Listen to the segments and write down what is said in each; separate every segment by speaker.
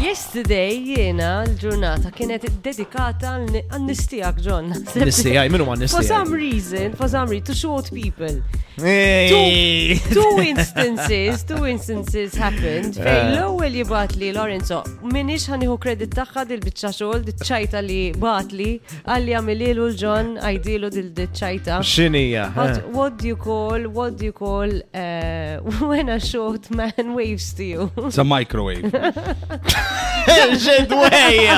Speaker 1: Yesterday jiena l-ġurnata kienet dedikata għal-nistijak, John.
Speaker 2: Nistija, minnu ma
Speaker 1: For
Speaker 2: nistija.
Speaker 1: some reason, for some reason, to short people.
Speaker 2: Ej.
Speaker 1: Two instances, two instances happened. Fej l-ewwel jibat li Lorenzo, minix ħaniħu kredit tagħha dil-biċċa xogħol, dit-ċajta li batli, għalli għamililu l-ġon, għajdilu dil-ċajta.
Speaker 2: Xinija. eh.
Speaker 1: But what do you call, what do you call uh, when a short man waves to you?
Speaker 3: It's a microwave.
Speaker 2: Ġedweja!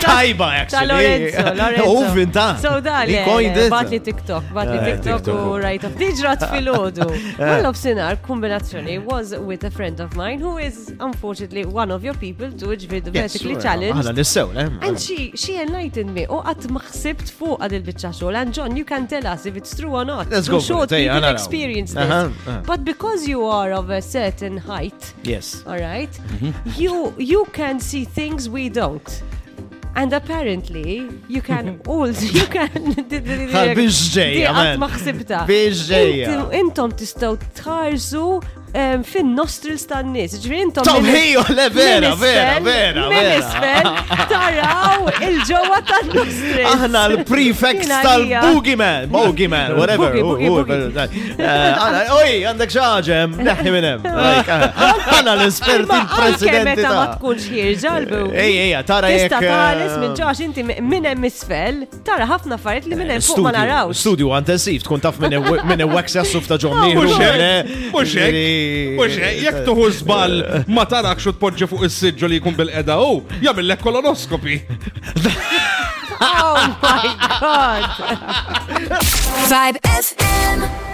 Speaker 2: Tajba,
Speaker 1: Ta'
Speaker 2: actually.
Speaker 1: Lorenzo,
Speaker 2: Oh,
Speaker 1: Lorenzo.
Speaker 2: Uvin ta'.
Speaker 1: So eh, da, le,
Speaker 2: Ikojn
Speaker 1: le,
Speaker 2: dit.
Speaker 1: bat li TikTok, bat
Speaker 2: Eh,
Speaker 1: li TikTok u rajt of diġrat fil-ħodu. Wallof sinar, kombinazzjoni, was with a friend of mine who is unfortunately one of your people to which video basically challenged.
Speaker 2: Għala nissew, le?
Speaker 1: And she, she enlightened me, u għat maħsibt fuq għad il-bicċa xol, and John, you can tell us if it's true or not.
Speaker 2: Let's
Speaker 1: Do
Speaker 2: go for
Speaker 1: short
Speaker 2: it, hey,
Speaker 1: people
Speaker 2: Anna, now.
Speaker 1: experience
Speaker 2: Uh-huh,
Speaker 1: this.
Speaker 2: uh-huh.
Speaker 1: But because you are of a certain height,
Speaker 2: Yes.
Speaker 1: all right?
Speaker 2: Mm-hmm.
Speaker 1: You you can see things we don't. And apparently you can
Speaker 2: Mm-hmm.
Speaker 1: also you can
Speaker 2: Għal biex ġejja,
Speaker 1: Di qatt
Speaker 2: man.
Speaker 1: ma ħsibta.
Speaker 2: Biex ġejja.
Speaker 1: Inti- Intom tistgħu tħarsu em, fin-nostrils tan-nies. Ġifieri intom
Speaker 2: Tom
Speaker 1: minn-
Speaker 2: hijo, le, vera,
Speaker 1: minn
Speaker 2: vera,
Speaker 1: isfel-
Speaker 2: vera,
Speaker 1: Minn
Speaker 2: vera.
Speaker 1: isfel taraw il-ġewwa tan-nostrils.
Speaker 2: Aħna l-prefects
Speaker 1: Jina hija.
Speaker 2: tal-boogeyman, boogeyman, whatever.
Speaker 1: Boogie, boogie,
Speaker 2: Hu- hu-
Speaker 1: boogie.
Speaker 2: Eh, aħna- Oj, għandek xaġem, neħi minnem. Għana l-espert
Speaker 1: Ma anke
Speaker 2: il-presidenti
Speaker 1: meta ma
Speaker 2: ta' Eh,
Speaker 1: tkunx ħirġalbu.
Speaker 2: Ej, ej, tara eh, jek.
Speaker 1: Tista tares minn ġax inti minn hemm isfel, tara ħafna affarijiet li minn hemm fuq ma narawx.
Speaker 2: Studio għantensif, tkun taf minn e- minn wax jassuf ta' eh, ġomni.
Speaker 3: Muxek,
Speaker 2: eh,
Speaker 3: muxek, jek tuħu zbal ma tarakx u tpoġġi fuq is-sidġu li jkun bil-qeda u jagħmellek kolonoskopi.
Speaker 1: Oh my god!
Speaker 4: Vibe FM.